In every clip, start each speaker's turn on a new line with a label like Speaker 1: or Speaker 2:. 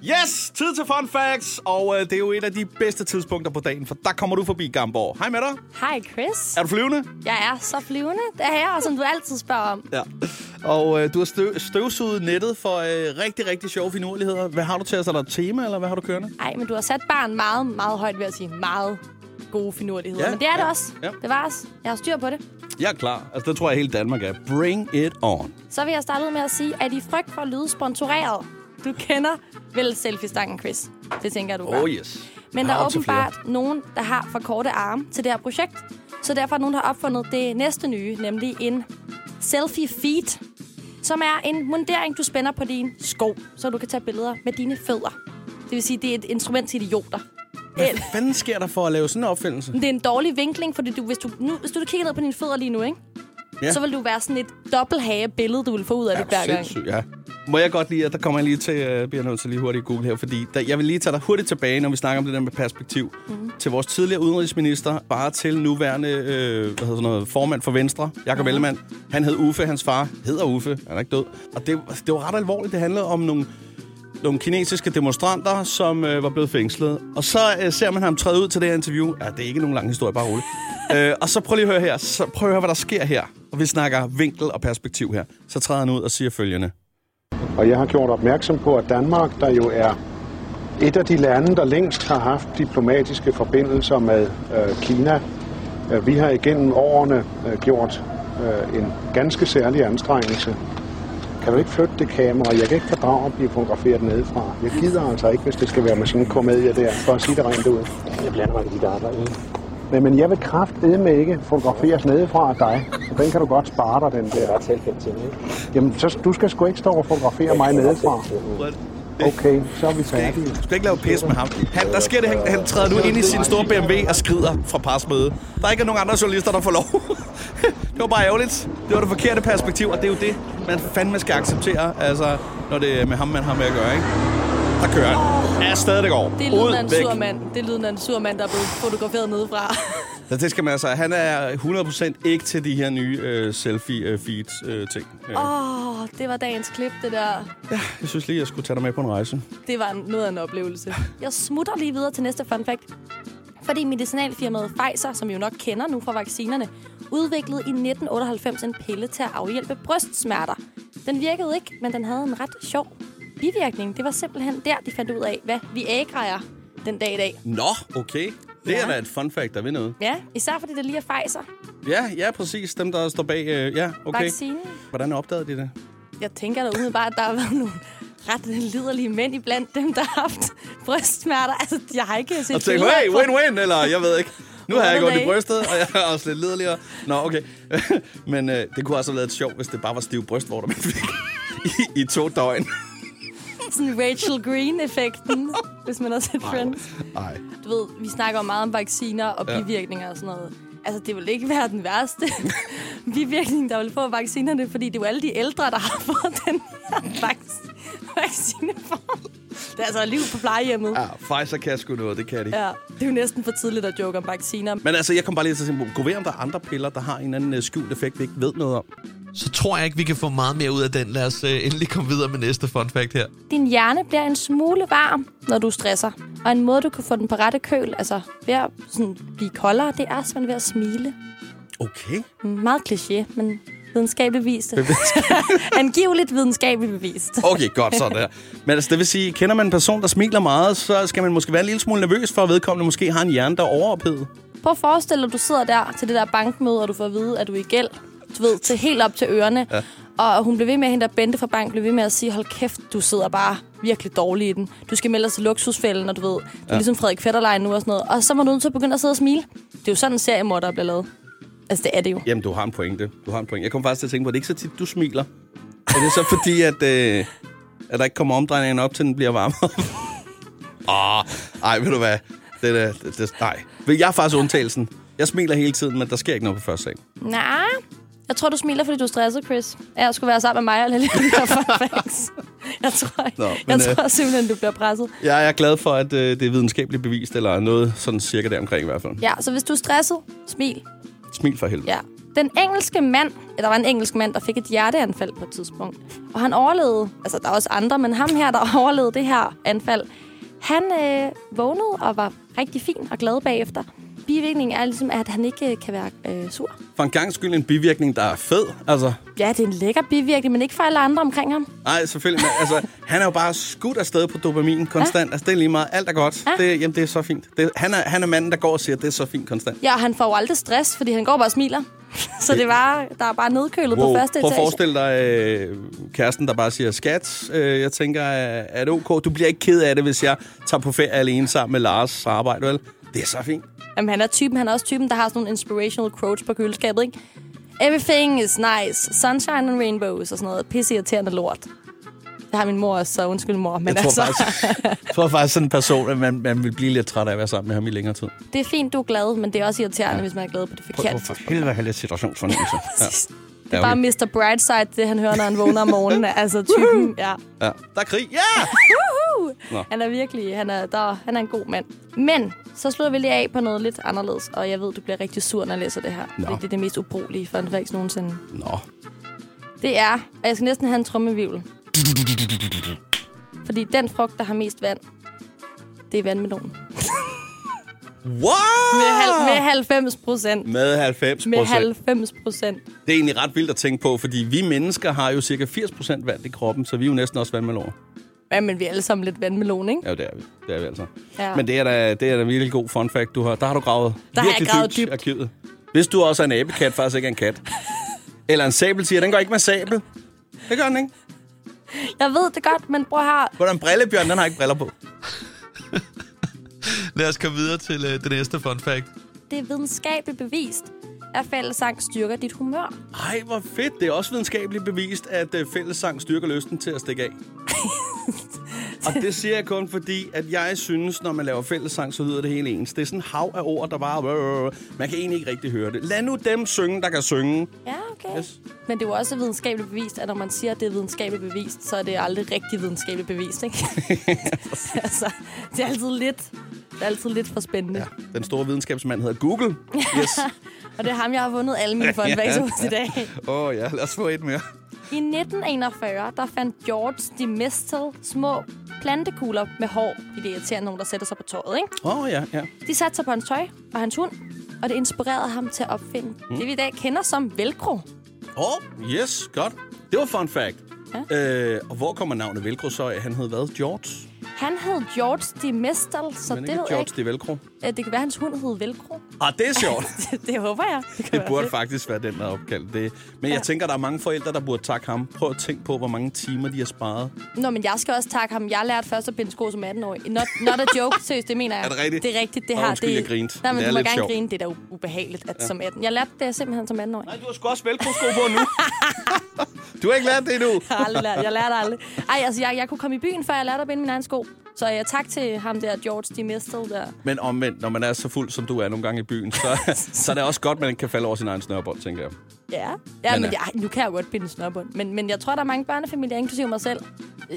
Speaker 1: Yes, tid til fun facts, og øh, det er jo et af de bedste tidspunkter på dagen, for der kommer du forbi Gamborg. Hej med dig.
Speaker 2: Hej Chris.
Speaker 1: Er du flyvende?
Speaker 2: Jeg er så flyvende. Det er jeg, som du altid spørger om.
Speaker 1: Ja. Og øh, du har støv, støvsuget nettet for øh, rigtig, rigtig sjove finurligheder. Hvad har du til os? Er der et tema, eller hvad har du kørende?
Speaker 2: Ej, men du har sat barn meget, meget højt ved at sige meget gode finurligheder.
Speaker 1: Ja,
Speaker 2: Ja, men det er
Speaker 1: ja,
Speaker 2: det også.
Speaker 1: ja.
Speaker 2: Ja. Bevares. Jeg har styr på det.
Speaker 1: Jeg er klar. Altså, det tror jeg, hele Danmark er. Bring it on.
Speaker 2: Så vil jeg starte ud med at sige, at i frygt for at lyde sponsoreret, du kender vel selfie-stangen, Chris. Det tænker jeg, du gør.
Speaker 1: Oh yes.
Speaker 2: Men
Speaker 1: Jeg
Speaker 2: der
Speaker 1: har
Speaker 2: er
Speaker 1: op til
Speaker 2: åbenbart nogen, der har for korte arme til det her projekt. Så derfor er nogen, der har opfundet det næste nye, nemlig en selfie feet, som er en mundering, du spænder på din sko, så du kan tage billeder med dine fødder. Det vil sige, det er et instrument til idioter.
Speaker 1: Hvad fanden sker der for at lave sådan en opfindelse?
Speaker 2: Det er en dårlig vinkling, fordi du, hvis, du, nu, hvis du kigger ned på dine fødder lige nu, ikke?
Speaker 1: Ja.
Speaker 2: Ja. så vil du være sådan et dobbelthage-billede, du vil få ud af det hver gang.
Speaker 1: Sindssygt, ja. Må jeg godt lige, at der kommer jeg lige til, øh, bliver jeg nødt til lige hurtigt at google her, fordi der, jeg vil lige tage dig hurtigt tilbage, når vi snakker om det der med perspektiv,
Speaker 2: Mhm.
Speaker 1: mm. til vores tidligere udenrigsminister, bare til nuværende øh, hvad hedder sådan noget, formand for Venstre,
Speaker 2: Mhm.
Speaker 1: Jakob mm. Ellemann. Han hed Uffe, hans far hedder Uffe, han er ikke død. Og det, det var ret alvorligt, det handlede om nogle nogle kinesiske demonstranter, som øh, var blevet fængslet. Og så øh, ser man ham træde ud til det her interview. Ja, det er ikke nogen lang historie, bare roligt. øh, og så prøv lige at høre her. Så prøv at høre, hvad der sker her. Og vi snakker vinkel og perspektiv her. Så træder han ud og siger følgende.
Speaker 3: Og jeg har gjort opmærksom på, at Danmark, der jo er et af de lande, der længst har haft diplomatiske forbindelser med øh, Kina, øh, vi har igennem årene øh, gjort øh, en ganske særlig anstrengelse. Kan du ikke flytte det kamera? Jeg kan ikke fordrage at blive fotograferet nedefra. Jeg gider altså ikke, hvis det skal være med sådan en komedie der, for at sige det rent ud. Jeg blander mig i dit arbejde. Nej, men jeg vil kraftedeme ikke fotograferes nedefra af dig. Så den kan du godt spare dig, den der. Jeg har talt ikke? Jamen, så, du skal sgu ikke stå og fotografere mig nedefra. Okay, så er vi færdige.
Speaker 1: Du skal ikke lave pis med ham. Han, der sker det, han, han træder nu ind i sin store BMW og skrider fra presmøde. Der er ikke nogen andre journalister, der får lov. det var bare ærgerligt. Det var det forkerte perspektiv, og det er jo det, man fandme skal acceptere, altså, når det er med ham, man har med at gøre, ikke? Der kører han. Ja, stadig går.
Speaker 2: Det er lyden af en sur mand. Det er lyden af en sur mand, der er blevet fotograferet nedefra.
Speaker 1: Så det skal man altså. Han er 100% ikke til de her nye øh, selfie-feeds-ting. Øh, oh.
Speaker 2: Åh, oh, det var dagens klip, det der.
Speaker 1: Jeg synes lige, jeg skulle tage dig med på en rejse.
Speaker 2: Det var en- noget af en oplevelse. Jeg smutter lige videre til næste fun fact. Fordi medicinalfirmaet Pfizer, som I jo nok kender nu fra vaccinerne, udviklede i 1998 en pille til at afhjælpe brystsmerter. Den virkede ikke, men den havde en ret sjov bivirkning. Det var simpelthen der, de fandt ud af, hvad vi ægrejer den dag i dag.
Speaker 1: Nå, okay. Det er
Speaker 2: Ja.
Speaker 1: da et fun fact, der ved noget.
Speaker 2: Ja, især fordi det lige er Pfizer.
Speaker 1: Ja, ja, præcis. Dem, der står bag... Øh, ja, okay.
Speaker 2: Vaccinen.
Speaker 1: Hvordan opdagede de det?
Speaker 2: Jeg tænker da umiddelbart, at der har været nogle ret liderlige mænd iblandt dem, der har haft brystsmerter. Altså, jeg har ikke set
Speaker 1: Og tænkte,
Speaker 2: billeder
Speaker 1: hey,
Speaker 2: på-
Speaker 1: win-win, eller jeg ved ikke. Nu har jeg ikke ondt i
Speaker 2: Win-win.
Speaker 1: brystet, og jeg er også lidt lederligere. Nå, okay. Men øh, det kunne også have været lidt sjovt, hvis det bare var stiv brystvorter, man fik i, i to døgn.
Speaker 2: Sådan Rachel Green-effekten, hvis man har set Friends.
Speaker 1: Nej.
Speaker 2: Du ved, vi snakker jo meget om vacciner og bivirkninger og sådan noget. Altså, det vil ikke være den værste bivirkning, der vil få af vaccinerne, fordi det er jo alle de ældre, der har fået den her vac- vaccineform. Det er altså liv på plejehjemmet.
Speaker 1: Ja, Pfizer kan sgu noget, det kan de.
Speaker 2: Ja, det er jo næsten for tidligt at joke om vacciner.
Speaker 1: Men altså, jeg kom bare lige til at tænke, på, gå ved, om der er andre piller, der har en eller anden øh, skjult effekt, vi ikke ved noget om.
Speaker 4: Så tror jeg ikke, vi kan få meget mere ud af den. Lad os øh, endelig komme videre med næste fun fact her.
Speaker 2: Din hjerne bliver en smule varm, når du stresser. Og en måde, du kan få den på rette køl, altså ved at sådan, blive koldere, det er simpelthen ved at smile.
Speaker 1: Okay.
Speaker 2: Meget kliché, men videnskabeligt vist. Angiveligt videnskabeligt bevist.
Speaker 1: Okay, godt så der. Men altså, det vil sige, kender man en person, der smiler meget, så skal man måske være en lille smule nervøs for, at vedkommende måske har en hjerne, der er overophedet.
Speaker 2: Prøv at forestille dig, at du sidder der til det der bankmøde, og du får at vide, at du er i gæld. Du ved, til helt op til ørerne. Ja. Og hun blev ved med, at hende der Bente fra bank blev ved med at sige, hold kæft, du sidder bare virkelig dårlig i den. Du skal melde dig til luksusfælden, og du ved, du er ja. ligesom Frederik Fetterlein nu og sådan noget. Og så var du nødt til at begynde at sidde og smile. Det er jo sådan en seriemorder bliver lavet. Altså, det er det jo.
Speaker 1: Jamen, du har en pointe. Du har en pointe. Jeg kom faktisk til at tænke på, at det er ikke så tit, du smiler. Er det så fordi, at, øh, at der ikke kommer omdrejningen op, til den bliver varmere? Åh, ej, ved du hvad? Det, er det, det, nej. Men Jeg er faktisk undtagelsen. Jeg smiler hele tiden, men der sker ikke noget på første sag.
Speaker 2: Nej. Jeg tror, du smiler, fordi du er stresset, Chris. Af at skulle være sammen med mig og lade lidt de her fun facts. Jeg tror, ikke.
Speaker 1: Nå, men,
Speaker 2: jeg
Speaker 1: øh,
Speaker 2: tror simpelthen, du bliver presset.
Speaker 1: Jeg er glad for, at øh, det er videnskabeligt bevist, eller noget sådan cirka deromkring i hvert fald.
Speaker 2: Ja, så hvis du er stresset, smil.
Speaker 1: Smil for helvede.
Speaker 2: Ja. Den engelske mand, der var en engelsk mand, der fik et hjerteanfald på et tidspunkt. Og han overlevede, altså der er også andre, men ham her, der overlevede det her anfald, han øh, vågnede og var rigtig fin og glad bagefter. Bivirkningen er ligesom, at han ikke øh, kan være øh, sur.
Speaker 1: For en gang skyld en bivirkning, der er fed. Altså,
Speaker 2: Ja, det er en lækker bivirkning, men ikke for alle andre omkring ham.
Speaker 1: nej, selvfølgelig. Men, altså, han er jo bare skudt afsted på dopamin konstant. Ja. Altså, det er lige meget. Alt er godt.
Speaker 2: Ja.
Speaker 1: Ja. Det, jamen, det er så fint. Det, han, er, han er manden, der går og siger, det er så fint konstant.
Speaker 2: Ja, og han får jo aldrig stress, fordi han går bare og smiler. Så det var, der er bare nedkølet wow. på første
Speaker 1: Prøv at
Speaker 2: etage.
Speaker 1: forestille dig øh, kæresten, der bare siger, skat, øh, jeg tænker, øh, er det ok? Du bliver ikke ked af det, hvis jeg tager på ferie alene sammen med Lars arbejde, vel? Det er så fint.
Speaker 2: Jamen, han er typen, han er også typen, der har sådan nogle inspirational quotes på køleskabet, ikke? Everything is nice. Sunshine and rainbows og sådan noget. Pisse irriterende lort. Det har min mor også, så undskyld mor. Men
Speaker 1: Jeg tror,
Speaker 2: altså,
Speaker 1: faktisk, jeg tror faktisk, sådan en person, at man, man vil blive lidt træt af at være sammen med ham i længere tid.
Speaker 2: det er fint, du er glad, men det er også irriterende, ja. hvis man er glad på det
Speaker 1: Prøv, prøv
Speaker 2: forkerte.
Speaker 1: for helvede at have lidt situationsfornemmelse. Ja.
Speaker 2: Det er bare Mr. Brightside, det han hører, når han vågner om morgenen. altså typen, ja.
Speaker 1: Ja. Der er krig. Ja! Nå.
Speaker 2: Han er virkelig, han er, der, han er en god mand. Men så slutter vi lige af på noget lidt anderledes, og jeg ved, du bliver rigtig sur, når jeg læser det her.
Speaker 1: Nå.
Speaker 2: Fordi det er det mest ubrugelige fun facts nogensinde.
Speaker 1: Nå.
Speaker 2: Det er, og jeg skal næsten have en trommevivl. Fordi den frugt, der har mest vand, det er vandmelonen.
Speaker 1: Wow!
Speaker 2: Med, hal- med 90 procent.
Speaker 1: Med 90
Speaker 2: Med
Speaker 1: Ah! procent.
Speaker 2: 90 procent.
Speaker 1: Det er egentlig ret vildt at tænke på, fordi vi mennesker har jo cirka 80 procent vand i kroppen, så vi er jo næsten også vandmeloner.
Speaker 2: Ja, men vi er alle sammen lidt vandmelon, ikke?
Speaker 1: Ja, jo, det er vi. Det er vi altså.
Speaker 2: Ja.
Speaker 1: Ja. Men det er da, det er da en virkelig god fun fact, du har. Der har du gravet
Speaker 2: Der har jeg
Speaker 1: virkelig
Speaker 2: gravet
Speaker 1: dybt,
Speaker 2: dybt.
Speaker 1: i arkivet. Hvis du også er en abekat, faktisk ikke er en kat. Eller en sabeltiger, den går ikke med sabel. Det gør den ikke.
Speaker 2: Jeg ved det godt, men prøv her.
Speaker 1: Hvordan brillebjørn, den har ikke briller på.
Speaker 4: Lad os komme videre til øh, det næste fun fact.
Speaker 2: Det er videnskabeligt bevist, at fællesang styrker dit humør.
Speaker 1: Ej, hvor fedt. Det er også videnskabeligt bevist, at øh, fællessang styrker lysten til at stikke af. og det siger jeg kun fordi, at jeg synes, når man laver fællessang, så lyder det helt ens. Det er sådan en hav af ord, der bare... Man kan egentlig ikke rigtig høre det. Lad nu dem synge, der kan synge.
Speaker 2: Ja, okay.
Speaker 1: Yes.
Speaker 2: Men det er jo også videnskabeligt bevist, at når man siger, at det er videnskabeligt bevist, så er det aldrig rigtig videnskabeligt bevist, ikke? altså, det er altid lidt, det er altid lidt for spændende. Ja.
Speaker 1: Den store videnskabsmand hedder Google. Yes.
Speaker 2: Og det er ham, jeg har vundet alle mine fun facts hos i dag.
Speaker 1: Åh oh, ja, lad os få et mere.
Speaker 2: I 1941, der fandt George de Mistel små plantekugler med hår i det irriterende nogen, der sætter sig på tøjet, ikke?
Speaker 1: Åh oh, ja, ja.
Speaker 2: De satte sig på hans tøj og hans hund, og det inspirerede ham til at opfinde mm. det, vi i dag kender som velcro.
Speaker 1: Åh, oh, yes, godt. Det var fun fact. Ja. Øh, og hvor kommer navnet Velcro så af? Han hed hvad? George?
Speaker 2: Han hed George de Mistel, så
Speaker 1: Men
Speaker 2: det
Speaker 1: ikke
Speaker 2: ved jeg
Speaker 1: George,
Speaker 2: ikke.
Speaker 1: det er Velcro.
Speaker 2: Øh, Det kan være, at hans hund hed velcro.
Speaker 1: Ah, det er sjovt.
Speaker 2: det, det håber jeg. Det, kan
Speaker 1: Det
Speaker 2: være
Speaker 1: burde
Speaker 2: fedt.
Speaker 1: faktisk være den, der er opkaldt det. Men jeg
Speaker 2: Ja.
Speaker 1: tænker, der er mange forældre, der burde takke ham. Prøv at tænke på, hvor mange timer de har sparet.
Speaker 2: Nå, men jeg skal også takke ham. Jeg lærte først at binde sko som 18-årig. Not, not a joke. Seriøst, det mener jeg.
Speaker 1: Er det rigtigt?
Speaker 2: Det er rigtigt. Det
Speaker 1: Nå,
Speaker 2: har
Speaker 1: undskyld,
Speaker 2: det...
Speaker 1: jeg grinte.
Speaker 2: Nej, men
Speaker 1: Det
Speaker 2: du
Speaker 1: er
Speaker 2: må
Speaker 1: lidt
Speaker 2: gerne
Speaker 1: sjovt.
Speaker 2: grine. Det er da u- ubehageligt at, ja. som 18. Jeg lærte det simpelthen som 18-årig.
Speaker 1: Nej, du har sgu også velcro-sko på nu. du har ikke lært det endnu.
Speaker 2: Jeg, har aldrig lært, jeg lærte aldrig. Ej, altså, jeg, jeg kunne komme i byen, før jeg lærte at binde mine egne sko. Så jeg tak til ham der, George de Mistel der.
Speaker 1: Men omvendt, når man er så fuld, som du er nogle gange i byen, så, så er det også godt, man ikke kan falde over sin egen snørbold, tænker jeg.
Speaker 2: Ja. Ja, men,
Speaker 1: Men,
Speaker 2: men
Speaker 1: øh,
Speaker 2: jeg, nu kan jeg jo godt binde snørbund. Men, men jeg tror, der er mange børnefamilier, inklusive mig selv,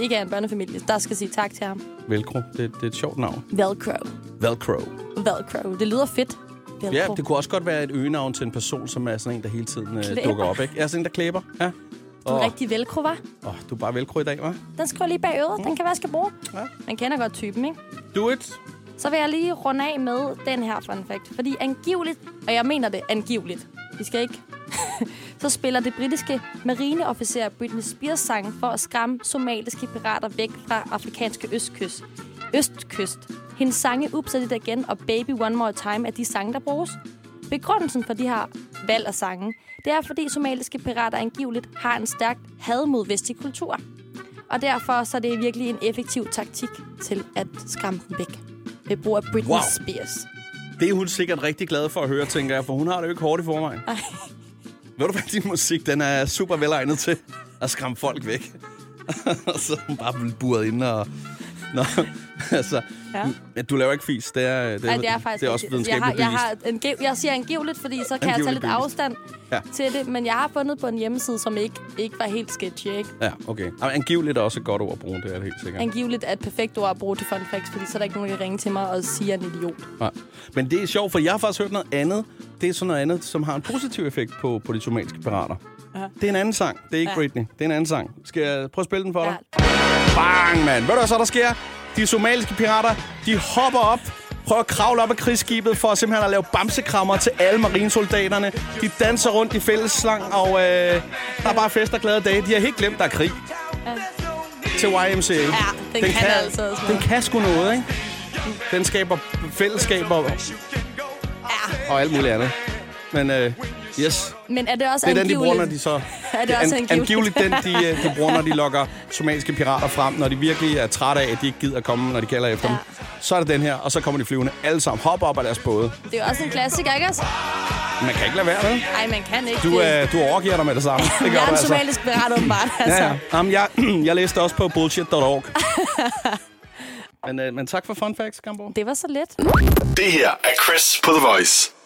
Speaker 2: ikke er en børnefamilie, der skal sige tak til ham.
Speaker 1: Velcro, det, det er et sjovt navn.
Speaker 2: Velcro.
Speaker 1: Velcro.
Speaker 2: Velcro. Det lyder fedt. Velcro.
Speaker 1: Ja, det kunne også godt være et øgenavn til en person, som er sådan en, der hele tiden øh,
Speaker 2: Klæber.
Speaker 1: dukker op. Ikke? Ja, sådan en, der klæber. Ja.
Speaker 2: Du er
Speaker 1: Åh,
Speaker 2: rigtig velcro, var.
Speaker 1: oh, du er bare velcro i dag, hva'?
Speaker 2: Den skriver lige bag øret. Den kan være, jeg skal bruge.
Speaker 1: Ja.
Speaker 2: Man kender godt typen, ikke?
Speaker 1: Do it.
Speaker 2: Så vil jeg lige runde af med den her fun fact. Fordi angiveligt, og jeg mener det angiveligt, vi skal ikke... så spiller det britiske marineofficer Britney Spears sang for at skræmme somaliske pirater væk fra afrikanske østkyst. Østkyst. Hendes sange Ups er det igen og Baby One More Time er de sange, der bruges. Begrundelsen for de her valg af sange, det er fordi somaliske pirater angiveligt har en stærk had mod vestlig kultur. Og derfor så er det virkelig en effektiv taktik til at skræmme dem væk. Ved brug af Britney wow.
Speaker 1: Wow.
Speaker 2: Spears.
Speaker 1: Det er hun sikkert rigtig glad for at høre, tænker jeg, for hun har det jo ikke hårdt i forvejen.
Speaker 2: Ej.
Speaker 1: Ved du hvad, din musik, den er super velegnet til at skræmme folk væk. og så er hun bare blevet buret inde og Nå, altså,
Speaker 2: Ja.
Speaker 1: ja. du laver ikke fis. Det er, det,
Speaker 2: Nej, det er faktisk
Speaker 1: det er også
Speaker 2: rigtigt. jeg har,
Speaker 1: videnskabeligt
Speaker 2: jeg, har angiv, jeg siger angiveligt, fordi så kan jeg tage
Speaker 1: Angiveligt
Speaker 2: lidt
Speaker 1: bevist.
Speaker 2: afstand
Speaker 1: Ja.
Speaker 2: ja. til det. Men jeg har fundet på en hjemmeside, som ikke, ikke var helt sketchy. Ikke?
Speaker 1: bevist. Ja, okay. Jamen, angiveligt er også et godt ord at bruge, det er det helt sikkert.
Speaker 2: Angiveligt er et perfekt ord at bruge til fun facts, fordi så er der ikke nogen, der kan ringe til mig og sige, at jeg er en idiot.
Speaker 1: Nej. Men det er sjovt, for jeg har faktisk hørt noget andet. Det er sådan noget andet, som har en positiv effekt på, på de somaliske pirater.
Speaker 2: Ja.
Speaker 1: Det er en anden sang. Det er ikke
Speaker 2: Ja.
Speaker 1: Britney. Det er en anden sang. Skal jeg prøve at spille den for dig?
Speaker 2: Ja.
Speaker 1: Bang, mand. Ved du, hvad så der sker? De somaliske pirater, de hopper op, prøver at kravle op af krigsskibet for simpelthen at lave bamsekrammer til alle marinesoldaterne. De danser rundt i fællesslang, og øh, der er bare fest og glade dage. De har helt glemt, der er krig. Til YMCA. Ja, den,
Speaker 2: den kan altså også
Speaker 1: Den
Speaker 2: noget.
Speaker 1: kan sgu noget, ikke? Den skaber fællesskaber og alt muligt andet. Men øh, yes,
Speaker 2: Men er det også
Speaker 1: det er den, de
Speaker 2: angiveligt?
Speaker 1: bruger, når de så...
Speaker 2: Er det også angiveligt?
Speaker 1: angiveligt den, de, øh, de bruger, når de lokker somaliske pirater frem, når de virkelig er trætte af, at de ikke gider at komme, når de kalder efter ja.
Speaker 2: Ja.
Speaker 1: dem. Så er det den her, og så kommer de flyvende alle sammen. Hopper op af deres både.
Speaker 2: Det er jo også en klassiker, ikke også?
Speaker 1: Man kan ikke lade være, vel?
Speaker 2: Nej, man kan ikke.
Speaker 1: Du,
Speaker 2: det.
Speaker 1: øh, du overgiver dig med det samme. Det
Speaker 2: jeg er
Speaker 1: du
Speaker 2: en
Speaker 1: altså.
Speaker 2: somalisk berettet, åbenbart. Altså.
Speaker 1: Ja, ja. Jamen, jeg, jeg læste også på bullshit.org. men, øh, men tak for fun facts, Gambo.
Speaker 2: Det var så let.
Speaker 5: Det her er Chris på The Voice.